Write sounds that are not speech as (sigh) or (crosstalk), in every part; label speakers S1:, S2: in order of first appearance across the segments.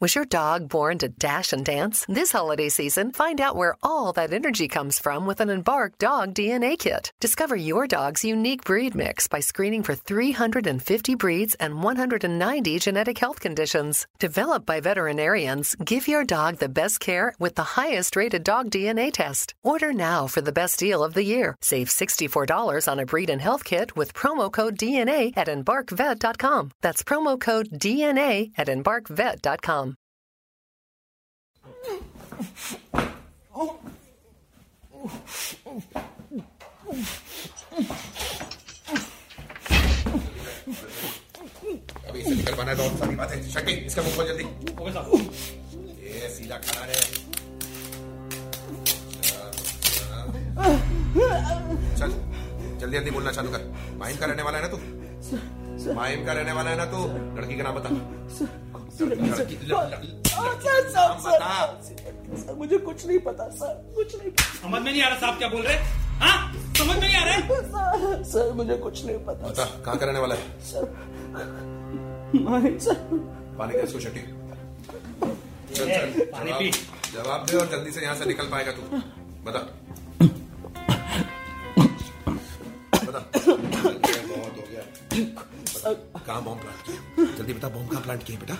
S1: Was your dog born to dash and dance? This holiday season, find out where all that energy comes from with an Embark Dog DNA Kit. Discover your dog's unique breed mix by screening for 350 breeds and 190 genetic health conditions. Developed by veterinarians, give your dog the best care with the highest rated dog DNA test. Order now for the best deal of the year. Save $64 on a breed and health kit with promo code DNA at embarkvet.com. That's promo code DNA at embarkvet.com.
S2: अभी इसे निकल पाना तो सारी बात है शक्ति इसका मुंह खोल जल्दी ये सीधा खड़ा रहे चल जल्दी जल्दी बोलना चालू कर माहिम का रहने वाला है ना तू माहिम का रहने वाला है ना तू लड़की का नाम बता लड़की- ल- ल-
S3: सर
S2: नाम
S3: सर
S2: बता
S3: सर सर मुझे कुछ नहीं पता सर कुछ नहीं पता
S4: समझ में नहीं आ रहा साहब क्या बोल रहे हैं? हाँ समझ में नहीं आ रहा है
S3: सर सर मुझे कुछ नहीं पता
S2: बता कहाँ का रहने वाला है
S3: सर नहीं सर
S2: पानी का इसको शक्ति चल चल
S4: पानी
S2: जवाब-
S4: पी।
S2: जवाब दे और जल्दी से यहाँ से निकल पाएगा तू बता बता बहुत हो गया कहाँ बॉम्ब प्लांट किया जल्दी बता बॉम्ब कहाँ प्लांट किया बेटा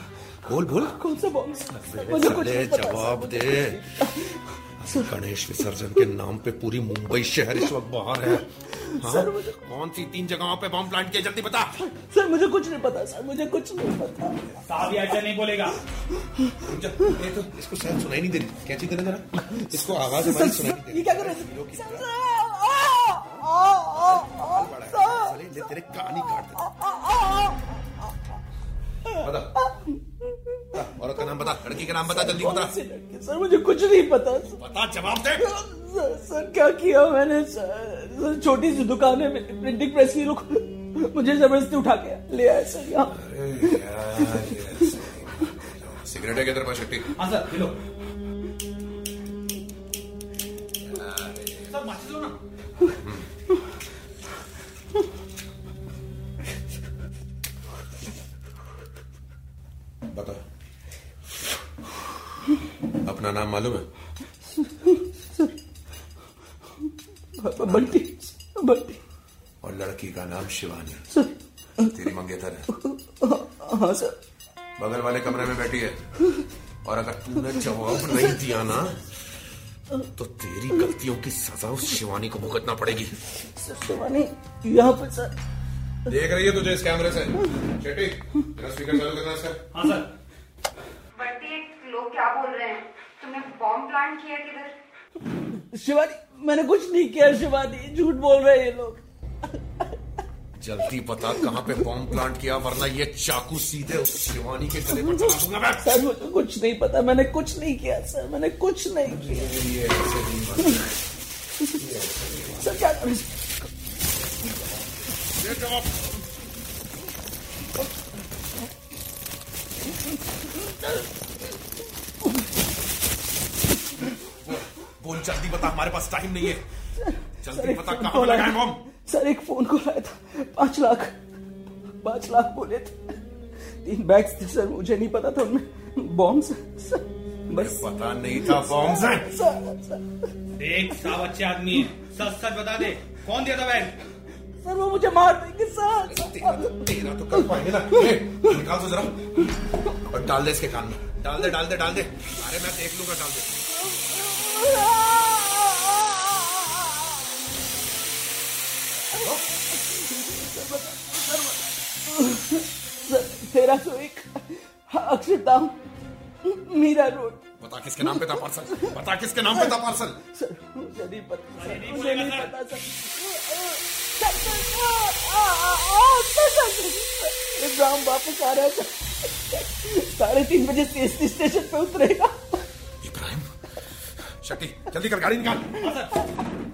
S2: बोल बोल
S3: कौन सा बॉम्ब सर मुझे कुछ
S2: साले
S3: नहीं पता
S2: जवाब दे गणेश विसर्जन के नाम पे पूरी मुंबई शहर इस वक्त बाहर है हाँ?
S3: सर, मुझे-
S2: कौन सी तीन जगहों पे बॉम्ब प्लांट किया जल्दी बता
S3: सर मुझे कुछ नहीं पता सर मुझे कुछ नहीं पता
S4: साहब ये ऐसा नहीं बोलेगा
S2: रुक जा, ये तो इसको शायद सुनाई नहीं दे रही क्या चीज दे रहे जरा इसको आवाज
S3: सर
S2: हमारी सुनाई नहीं दे
S3: सर
S2: रही
S3: ये क्या कर रहे
S2: हीरो
S3: हैं
S2: की
S3: सर
S2: तरह
S3: सर, आ, आ, आ, आ,
S2: बाल बड़ा है,
S3: सर
S2: साले, ले तेरे कान ही काट देता
S3: आ, आ, आ,
S2: हूं। बता बता, औरत का नाम बता लड़की का नाम बता जल्दी
S3: कौन
S2: बता
S3: सी लड़की? सर मुझे कुछ नहीं पता सर
S2: बता जवाब दे
S3: सर सर क्या किया मैंने सर सर छोटी सी दुकान है मेरी, प्रिंटिंग प्रेस की लोग मुझे जबरदस्ती उठा के ले आए सर यहाँ
S2: (laughs) सिगरेट है किधर पर शक्ति
S4: हाँ सर ये लो सर माचिस लो ना
S2: बता अपना नाम मालूम है
S3: ब- बंटी बंटी
S2: और लड़की का नाम शिवानी
S3: सर
S2: तेरी मंगेतर है
S3: हाँ सर
S2: बगल वाले कमरे में बैठी है और अगर तूने जवाब नहीं दिया ना तो तेरी गलतियों की सजा उस शिवानी को भुगतना पड़ेगी
S3: सर शिवानी यहाँ पर सर
S2: देख रही है तुझे इस कैमरे से शेट्टी तेरा स्पीकर चालू करना इसका
S4: हाँ सर
S5: बंटी लोग क्या बोल रहे हैं तुमने बॉम्ब प्लांट किया किधर
S3: शिवानी मैंने कुछ नहीं किया शिवानी झूठ बोल रहे हैं ये लोग
S2: जल्दी बता कहाँ पे बॉम्ब प्लांट किया वरना ये चाकू सीधे उस शिवानी के गले पर चला दूंगा मैं
S3: सर मुझे कुछ नहीं पता मैंने कुछ नहीं किया सर मैंने कुछ नहीं किया
S2: ये ऐसे नहीं बनता।
S3: सर क्या कर
S2: ये जवाब बोल जल्दी बता हमारे पास टाइम नहीं है
S3: सर
S2: जल्दी
S3: एक
S2: बता
S3: फोन
S2: कहाँ
S3: कॉल
S2: लगा है
S3: आया
S2: बॉम्ब
S3: था सर एक फोन कॉल आया था पाँच लाख पाँच लाख बोले थे तीन बैग्स थे सर मुझे नहीं पता था उनमें बॉम्ब्स सर बस
S2: पता नहीं था बॉम्ब है
S3: सर सर
S4: देख साहब अच्छे आदमी है सच सच बता दे कौन दिया था बैग
S3: सर वो मुझे मार देंगे सर
S2: तेरा तो तेरा तो कर पाएंगे ना ए, निकाल तो जरा और डाल दे इसके कान में डाल दे डाल दे डाल दे अरे मैं देख लूंगा डाल दे
S3: सर तेरह सौ एक अक्षरधाम मीरा रोड
S2: बता किसके नाम पे था पार्सल बता किसके नाम पे था पार्सल
S3: सर मुझे नहीं पता सर
S4: नहीं
S3: मुझे नहीं
S4: बोलेगा,
S3: पता सर सर, सर, आ, आ, आ, आ, सर, सर, सर, राम वापस आ रहा है सर साढ़े तीन बजे सीएसटी स्टेशन पे उतरेगा
S2: इब्राहिम शकी जल्दी कर गाड़ी निकाल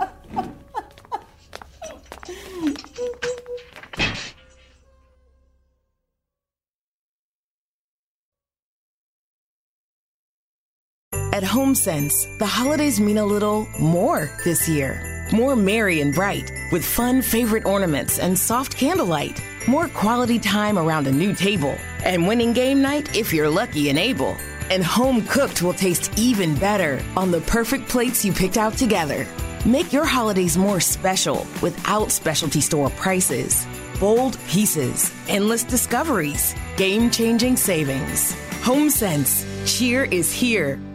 S6: At HomeSense, the holidays mean a little more this year. More merry and bright, with fun favorite ornaments and soft candlelight. More quality time around a new table, and winning game night if you're lucky and able. and home cooked will taste even better on the perfect plates you picked out together. Make your holidays more special without specialty store prices. Bold pieces, endless discoveries, game changing savings. HomeSense, cheer is here